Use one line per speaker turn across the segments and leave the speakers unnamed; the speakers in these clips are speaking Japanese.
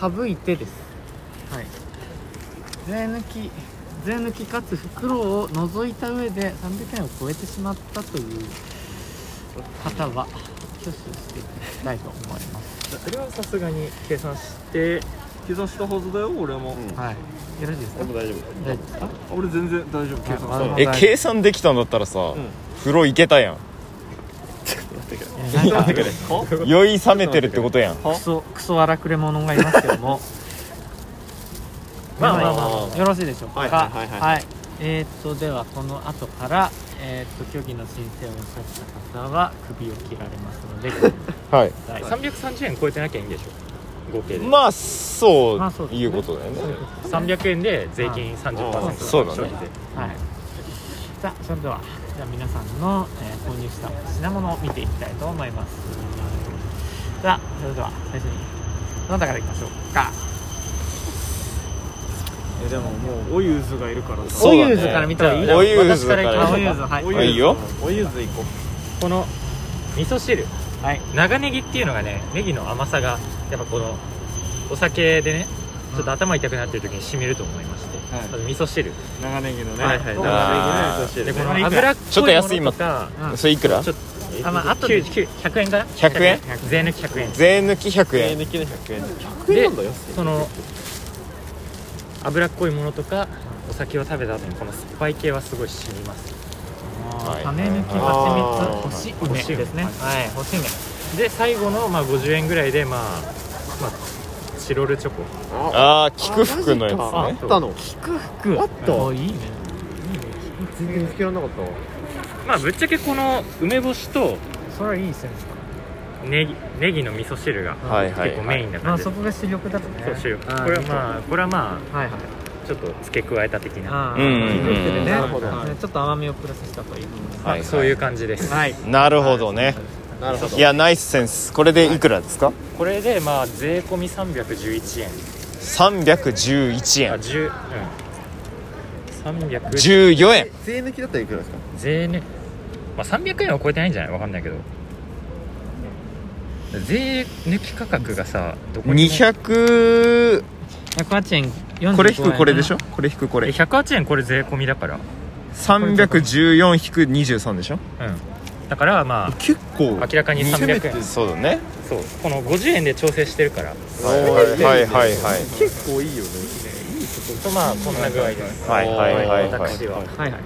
省いてですはい税抜き税抜きかつ袋を除いた上で300円を超えてしまったという方は挙手していただきたいと思います、
それはさすがに計算して計算したはずだよ俺も、
うん
はいよろしいですか
でも大丈
大丈夫ですか
俺全然大丈夫計算
ああ
した
の
夫え計算できたんだったらさ、
ん
風呂行けたやん
いや
てくれは
酔い冷めてるってことやん
クソクソ荒くれ者がいますけども
まあまあまあまあ
よろしいでしょうか
はいはいはいはい
えー、っとではこの後からえー、っと虚偽の申請をなさった方は首を切られますのでご注意く
はい
ださい
330円超えてなきゃいいんでしょ合計で、
まあそう
まあそうですね
いうことだよね
そういうことです
300円で税金
あ
30%
そうだね
消費税
はいさあそれではじゃあ皆さんの、えー購入した品物を見ていきたいと思いますさあそれでは最初にどなたからいきましょうか
えでももうおゆずがいるから
そうだね
おゆずから見たらいい
おゆず
私からいきましょうおゆ
から
ずはい
おゆずいいよ
おゆず行こうこの味噌汁
はい
長ネギっていうのがねネギの甘さがやっぱこのお酒でねちょっと頭痛くなってる時にしみると思いまして、
はい
あと味噌汁
長ネギのね、
はいはい
そう長ネギの味噌
でこ
汁ね
の油っ
ちょっ
こといも
安い
の
今
とか
うん
それいくら
ちょっ
あまあ後で
で100円かな
100円
税抜き100円
税抜き100
税
円
抜きで100円
で
だよ
その脂っこいものとかお酒を食べた後にこの酸っぱい系はすごい染みます
はい
種抜き
あー
蜂蜜干し梅ですね
干し
はい干し梅
で最後のまあ50円ぐらいでまあ、まあ、チロルチョコ
ああ菊服のや
ああ
つ
っ
ね
たの
菊服
あった
おいいね
全然見つけられなかったわ
まあぶっちゃけこの梅干しと
それはいいセンス
ネギネギの味噌汁が
はいはい
結構メインな
ま
感
あ
じ
そ
で、
こが主力だとね
そうしよう
あー
これはまあこれはま
はいはい
あちょっと付け加えた的な
あ
うんう
ー
んうん
いいですね
なるほど
ねちょっと甘みをプラスしたということですね
はいはい
そういう感じです、
はい
なるほどね
なるほど
いやナイスセンスこれでいくらですか
これでまあ税込み311円
311
あ
円
10うん310
14円
税抜きだったらいくらですか
税ね、まあ、300円は超えてないんじゃないわかんないけど税抜き価格がさどこにも
200
108円45円
これ引くこれでしょこれ引くこ
え
れ
108円これ税込みだから
314引く23でしょ
うんだからまあ
結構
明らかに300円
そうだね
そうこの50円で調整してるから
はいはいはいはい
結構いいよね
とまあこんな具合です
はいはいはいはい
私は
はいはい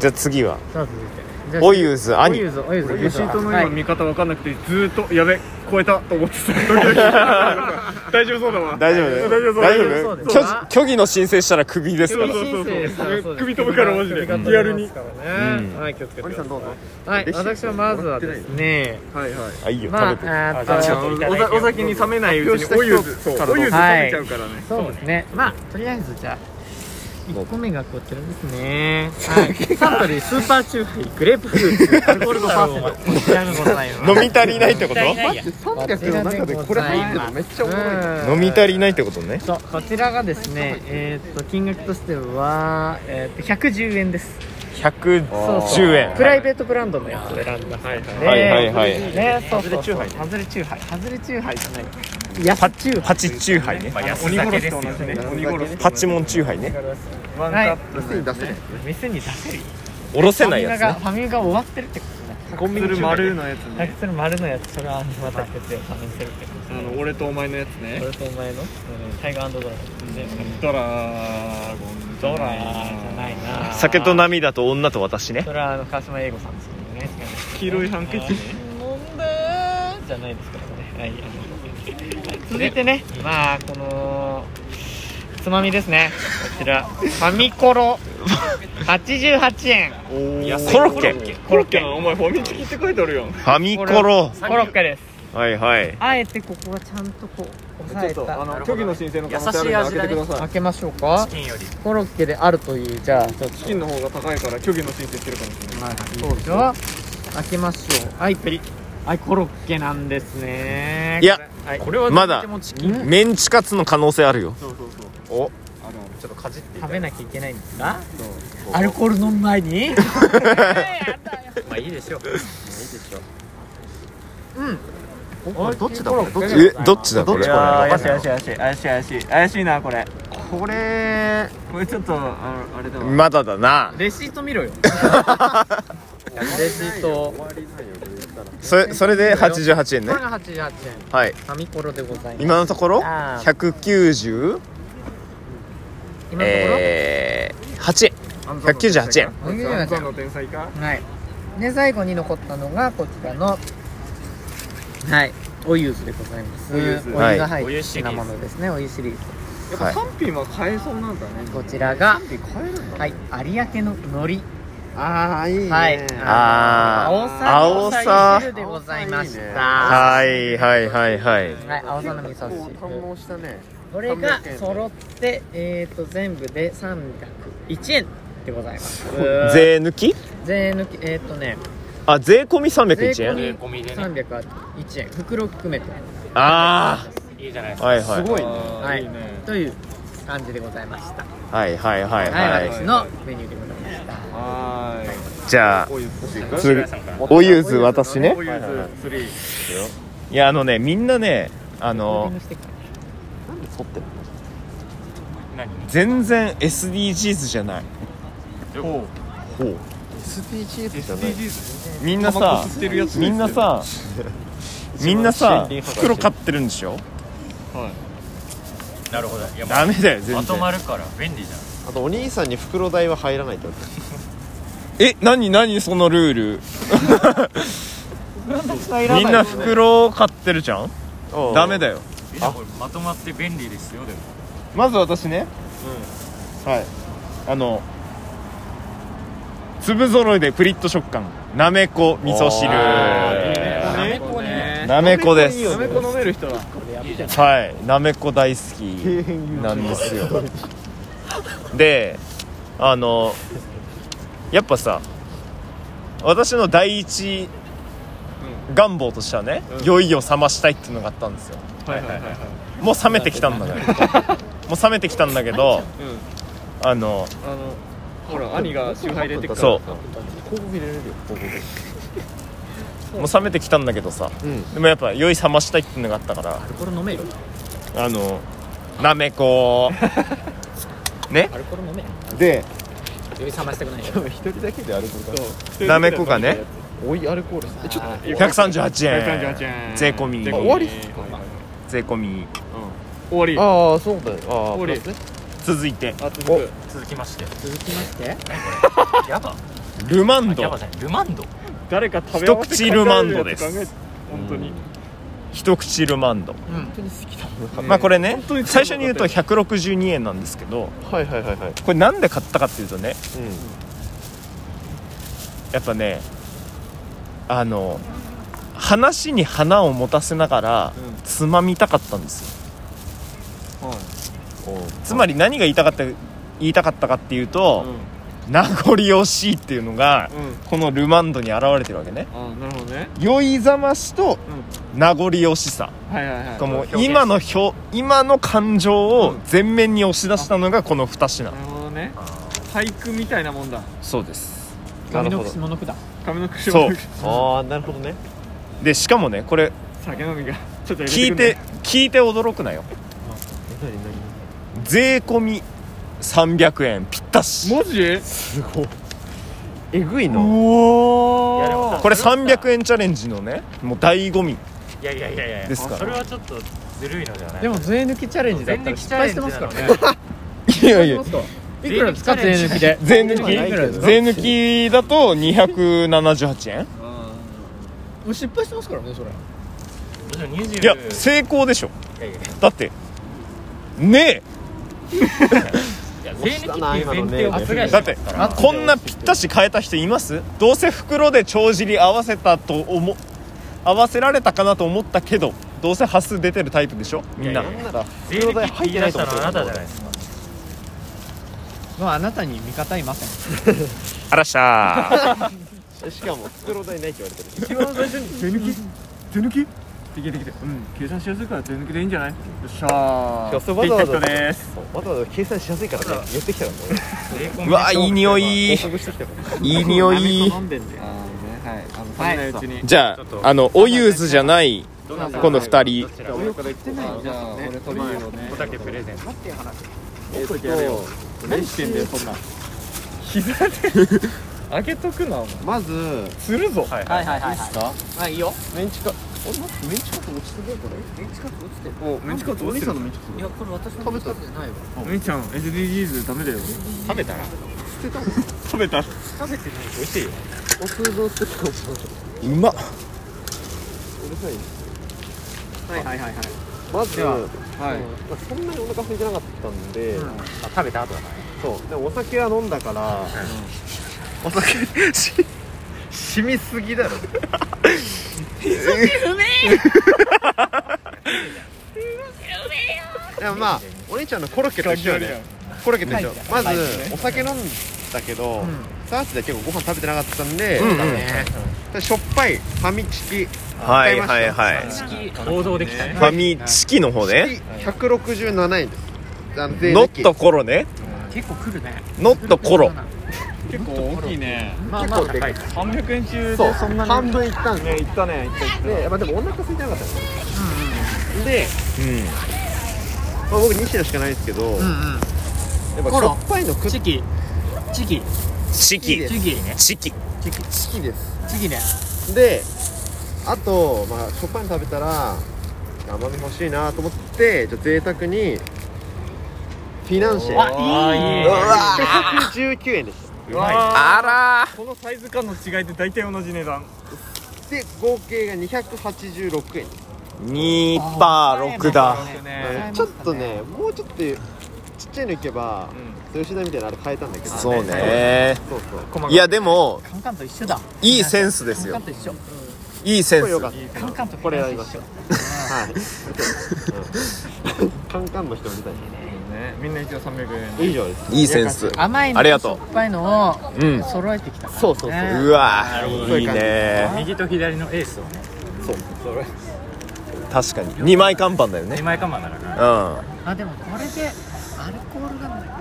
じゃあ次は
さあ続いてじゃあ
おゆず
お
兄
ゆずおゆず
レシートの
は
今
い
見方わかんなくてずーっとやべ超えたと思ってたドキドキ大丈夫そうだわ
大丈夫
大丈夫そう
大丈
大丈
夫そ
夫
うです
虚虚偽の申請したらクビですから
そうそうそう
さあそです
首飛ぶからマジで
首が飛び
リアルに
ますからね
うん
はい気をつけて
お
く
兄
だ
さ
さい
んどうぞ
はい私はまずはですね
はいはい
あいいよ
まあ
食べて
えーっと
あじゃあちょっといただいてよ
お酒に冷めないうちにお湯ずそう お湯ず冷めち
はい
ゃうからね
そうですね。まあとりあえずじゃあ一個目がこちらですね。はい。サントリースーパーチューハイグレープフルーツアルコール5%こちらがございます。
飲み足りないって
絶
こ
対ない
と
や
300の中でこれ入ってるのめっちゃおもろいな
飲み足りないってことね
そうこちらがですね、えーっと金額としては、えーっと110円です
110
プ
円
ライベートブランドのやつを選んだはい
はいはいはい
ねそうそうそうハズレチューハイハズレチューハイじゃない安チューハイ
パチチューハイね
まあ安酒ですよ
鬼殺し
パチモンチューハイね
ワンカップに出せない
店に出せる
おろせ
ファ
ない
ミマ
やつ
が
ね
ファミマが終わってるってことね
コンビニ丸のやつね
100する丸のやつそれはまた開けて試せるってこと
あの俺とお前のやつね
これとお前のタイガードラゴンで
ドラゴン
ドラじゃないな
酒と涙と女と私ね
それはあの川島英吾さんですけどね
黄色いハンカチね
飲んだーじゃないですからねはいあの続いてねまあこのつまみですねこちらファミコ ロ88円
コロッケ
コロッケ
お前ファミチキって書いてあるやん
ファミコロ
コロッケです
はいはい
あえてここはちゃんとこう押さえ
ちょっとあ
た
の虚偽の申請の可能性あるんで開けてくださ
開
い
けましょうか
金より
コロッケであるというじゃあちょっと
チキンの方が高いから虚偽の申請してるかもしれない
そうでしょ開けましょうはいペリはいコロッケなんですね
いや
はい
これは
まだ
どっちも
ん
メンチカツの可能性あるよ
そうそうそう
お
あの
ちょっとかじっていた
食
だ
べ
いて
なきゃいけないんですか
そう
アルコール飲む前に
まあいいでしょう
うんおどっちだこれどっ
えどっち
だ
だこ
これ
れ
いやー怪しい怪しい怪しい怪しい怪しい怪しいなこれ
これ
これちょっとああれだわ
まだだな
レシート見ろよレシートこ
それそれで88円ね
れが88円
はい
紙コロでございます
今のところ
あー
190
今のところ、
えー8円198円
これが
アンザンの天才か
はい。で、最後に残ったのが、こちらの、はい、おゆずでございます。
お
お
ゆ
湯
ず
が
はいお
入
湯
っ
シリー
て
ズ
なものですね、お湯シリーズ。
やっぱ3品は買えそうなんだね
こちらが、
3品買えるんだ
はい、有明の海苔。
ああいいね
はい。
あー
青さの
青さ
味噌汁でございまし
青
た。
はいはいはいはい
はい、青さの味噌
結構堪
汁。
能したね
これが揃って、えーと、全部で301円でございます。
税抜き
税抜き、えーとね、
あ税込み301
税
円
込み
税込みでね
301円、袋含めて。
あ
いいじゃないです
あ
か
はいはい
いね
はい
いいね
という感じでございました。
はいはいは
は
い
い、
は
私のメニューでございました。
はい
じゃあ
おゆず
つ
皆さんから
おゆず私ね
おゆず3
いやあのねみんなねあ
コーティ
の
ングしてから
何
全然 SDGs じゃない
ほう
ほう
SDGs じゃない SDGs
みんな
タバ
さ
コ吸ってるやつです
みんな さみんなさ袋買ってるんでしょ
なるほどいやもう
ダメだよ全
まと
然
まるから便利じゃん
あとお兄さんに袋代は入らないってこと
え何何そのルールみんな袋買ってるじゃんダメだよ
えこれまとまって便利ですよでも
まず私ねはいあの粒揃いでプリッと食感なめこ味噌汁
なめ
こに
なめこです
なめこ飲める人だ
はいなめこ大好きなんです よであのやっぱさ私の第一願望としてはね、いよいよ冷ましたいっていうのがあったんですよ
はいはいはい
もう冷めてきたんだけどもう冷めてきたんだけどあの
あのほら兄が集配入れてくから
そう
広告入れれるよ広告
もう冷めてきたんだけどさ、
ん
でもやっぱ酔い冷ましたいっていうのがあったから
アルコール飲めよ。
あのなめ こね
アルコール飲めよ。
で
酔い冷ましたくないよ。
一人だけでアルコールか
なめこがね
おいアルコールえちょっと
138円
138円
税込み
税
あ終わりっす
はいはい
税込み
終わり
ああそうだよああ
終わり
プラスね
続いて
あ続く
続きまして
続きまして、
ヤバ
ルマン
ヤバじゃ
ド
ないルマンド
誰か食べ合わせ
一口ルマンドです
考えて本当に
一口ルマンド、まあこれね最初に言うと162円なんですけど
はいはいはいはい
これなんで買ったかっていうとね
う
やっぱねあの話に花を持たせながら
うん
つまみたかったんですよ
んおう
つまり何が言いたかった言いたかったかっていうと、
うん
名残惜しいっていうのが
うん
このルマンドに現れてるわけね
あなるほどね
酔いざましと名残惜しさ
はいはいはい
もう今の表今の感情を前面に押し出したのがこの2品
なるほどね俳句みたいなもんだ
そうです
髪の串物札。
髪の口
そう
ああなるほどね
でしかもねこれ
酒飲みがちょっと
聞いて聞いて驚くなよ
え何何
税込み300円ぴったし
文字
すごいえぐいう
お
の
いやでも
ーこれ300円チャレンジのねもう醍醐味
いやいやいやいや
ですから
それはちょっとずるいのではない
でも税抜きチャレンジだった
全
ら
力チ
失
ャ
敗してま
レンジな
すから
の
ね。
ね
いやい
い
や
くらですか税抜きで。
税抜
いくらです
き
か
税抜きだと278円
もう失敗してますからね、それ。
でも20
いや成功でしょ
いやいや
だってね
いや税抜きっていう前提を
圧
覆
え
してま
だっ
す
て
から
こんなぴったし変えた人いますどうせ袋で帳尻合わせたと思合わせられたかなと思ったけどどうせ端数出てるタイプでしょみんない
やいや
なんだ
税抜きって言い出したのはあなたじゃないですか
まあ、あなたに味方いません。
あらっしゃー
しかも袋代ないって言われてる
一番最初に手抜き手抜きって聞いてきてうん計算しやすいから手抜きでいいんじゃないよっしゃー
わざわざ
できた人です
そうわざわざ計算しやすいからね寄ってきたからね
税込み
うわいい匂いい
報告してきたか ら
い匂い
あーねはいあの冷めないうちに
じゃああのおゆずじゃないこの2人
おたけプレゼント
えっと
何してんだよそんな
あげとくなお前
まず
するぞ
はいはいはいはいあいいよ
メンチカあれ待ってメンチカツ落ちてるよこれ
メンチカツ落ちてる
おメンチカツ
お
落
兄
ちて
さ
る
んのメンチカツ
いやこれ私の食べたじゃないわ
お兄ちゃん SDGs ダメだよ
食べたら
食べた
食べてない
美味しいよ
お通常ってことう
うまっ
るさいね
はいはいはいはい
まず
でははい
うんそんなにお腹空いてなかったんで
あ食べた後だね
そうでもお酒は飲んだから
お酒 し
染みすぎだろ いやまあお兄ちゃんのコロッケと一緒よねコロッケと一緒まずお酒飲んだけどサーチで結構ご飯食べてなかったんで
うんうん
しょっぱいファミチキ
はいはいはい
行動できたね
ファミチキの方ね
167円ですあの税
ノ
抜
ッ
き
トコロね
結構来るね
ノットコロ
結構大きいね
まあまあ高い
300円中
そう
で
半分いったん
ね
で
いったねいったいった
でまあでもお腹空いてなかったんですで
う
まあ僕2品しかないんですけどや
うんうん
っぱしょっぱいの食っ
チキチキ
んチキ
チキね
チキ
チキです
チキね
であと、まあ、しょっぱいの食べたら甘み欲しいなと思ってじゃあ贅沢にフィナンシェ
あいいね
うわ119円でし
うわ
あ
ーこのサイズ感の違いで大体同じ値段
たで合計が286円
ら2パー6だ
ね
ちょっとねもうちょっとちっちゃいのいけば、吉田みたいなあれ変えたんだけど
そうね
そうそう
いやでも
カンカンと一緒だ
いいセンスです
カンカ
よ
ンと一緒
いいセン
こ
ス
れよかった
カンカンと
これやりま
一
し
緒
ょうはい、うん、カンカンの人も出たい
みんな一応300円
以上です
いいセンス
甘いの
ありが
し
とう
ょっぱいのを
うん
揃えてきたからね
そうそうそう
うわいいね
右と左のエースをね
確かに2枚看板だよね
2枚看板だから
う
なん
あ
あでもこれでアルコールが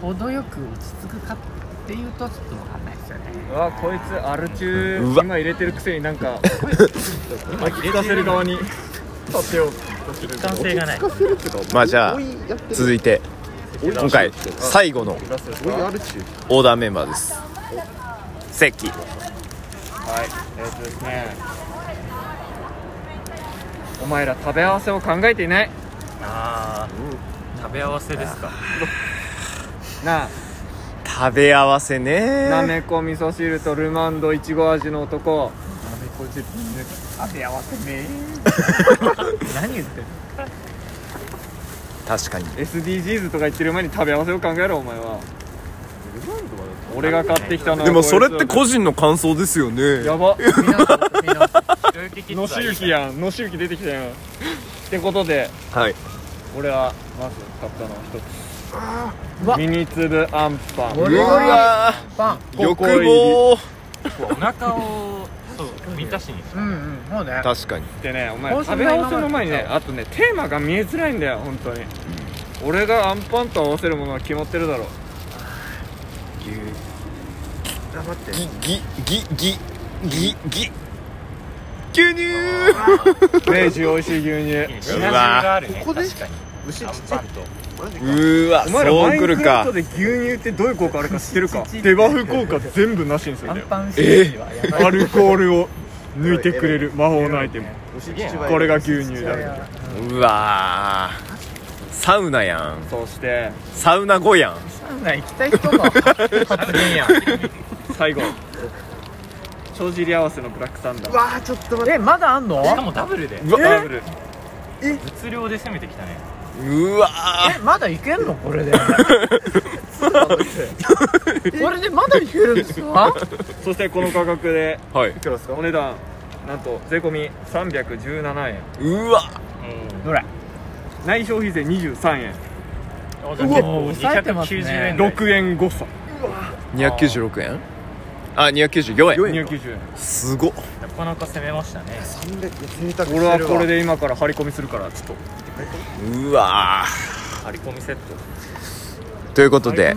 程よく落ち着くかっていうとちょっとわかんないですよね
うわこいつアル中
うわ
今入れてるくせになんか 今入れ出せる側に立てようとする
一貫性がない
かせるっていうか
まあじゃあ
追いやってる
続いて今回最後の
追いあるっちゅう
オーダーメンバーです関
はいえっ、とですねお前ら食べ合わせを考えていない
あー食べ合わせですか
なあ
食べ合わせね
なめこ味噌汁とルマンドいちご味の男なめこ汁食べ合わせね
何言ってる
確かに
SDGs とか言ってる前に食べ合わせを考えろお前は俺が買ってきたのは
でもそれって
こ
個人の感想ですよ
い
ね
つ やば
野
野しゆきやん野しゆき出てきたやんってことで
はい
俺はまず買ったのは一つミニ粒あんパン
ゴ
う
リゴリ
わ
パン
ー欲望
お腹をそう満た しに
うんうんそうね
確かに
ってねお
こ
前
うす
食
る
べ合わせの前にね
今
あとねテーマが見えづらいんだよ本当に俺がアンパンと合わせるものは決まってるだろ
ギギギギギ牛乳
明治おいしい牛乳
品種があるね
ここで
確かにアンパンと
うわ
お前らマ
そう
イ
く
ンク
る
ラ
か
フトで牛乳ってどういう効果あるか知ってるかデバフ効果全部なしにするん
アン
だよ
パンシリーズはやばい
アルコールを抜いてくれる魔法のアイテムこれが牛乳だね
うわーサウナやん
そして
サウナ後やん
サウナ行きたい人の発言やん
最後帳尻合わせのブラックサンダー
わあちょっと待って
えまだあんの
しかもダブルで
うわ
ダブル
物量で攻めてきたね
うわー
えまだいけんのこれでこれでまだいけるんですか
そしてこの価格で
はい
いくらですか
お値段なんと税込み317円
うわ
どれ
内消費税23円
お
うわ抑えてますね
290円台
6円誤差
296円あ294円
290円
すごっ
なかなか攻めましたね
300贅沢して
俺
るわ
はこれで今から張り込みするからちょっと
うわ
張り込みセット
ーということで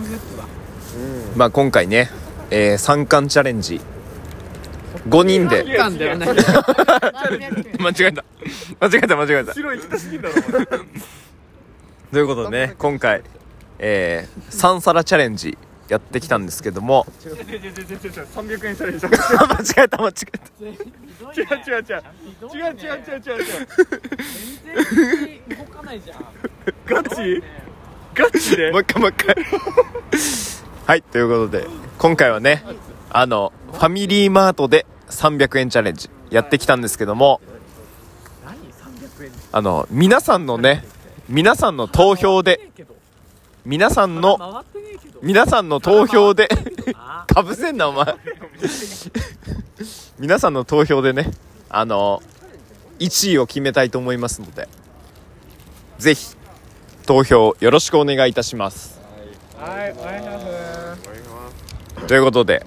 まあ今回ね、えー、3冠チャレンジ5人で
間ではない。
間違えた間違えた間違えた
白い行きたす ぎんだろ
ということでね今回えー、3皿チャレンジやってきたんですけども
300円チャレンジだ
間違えた間違えた
違う違う違う違う違う違う違う違う
全然動かないじゃん。
ガチガチで
もう一回もう一回はいということで今回はねあのファミリーマートで300円チャレンジやってきたんですけどもあの皆さんのね皆さんの投票で皆さんの
回ってねえけど。
皆さんの投票で
あ
かぶせんなお前 皆さんの投票でねあの1位を決めたいと思いますのでぜひ投票よろしくお願いいたします
はいお願いします
ということで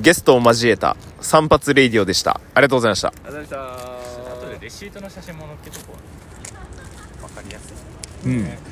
ゲストを交えた散髪レイディオでしたありがとうございました
ありがとうございました
後でレシートの写真も載っけとこうわかりやすい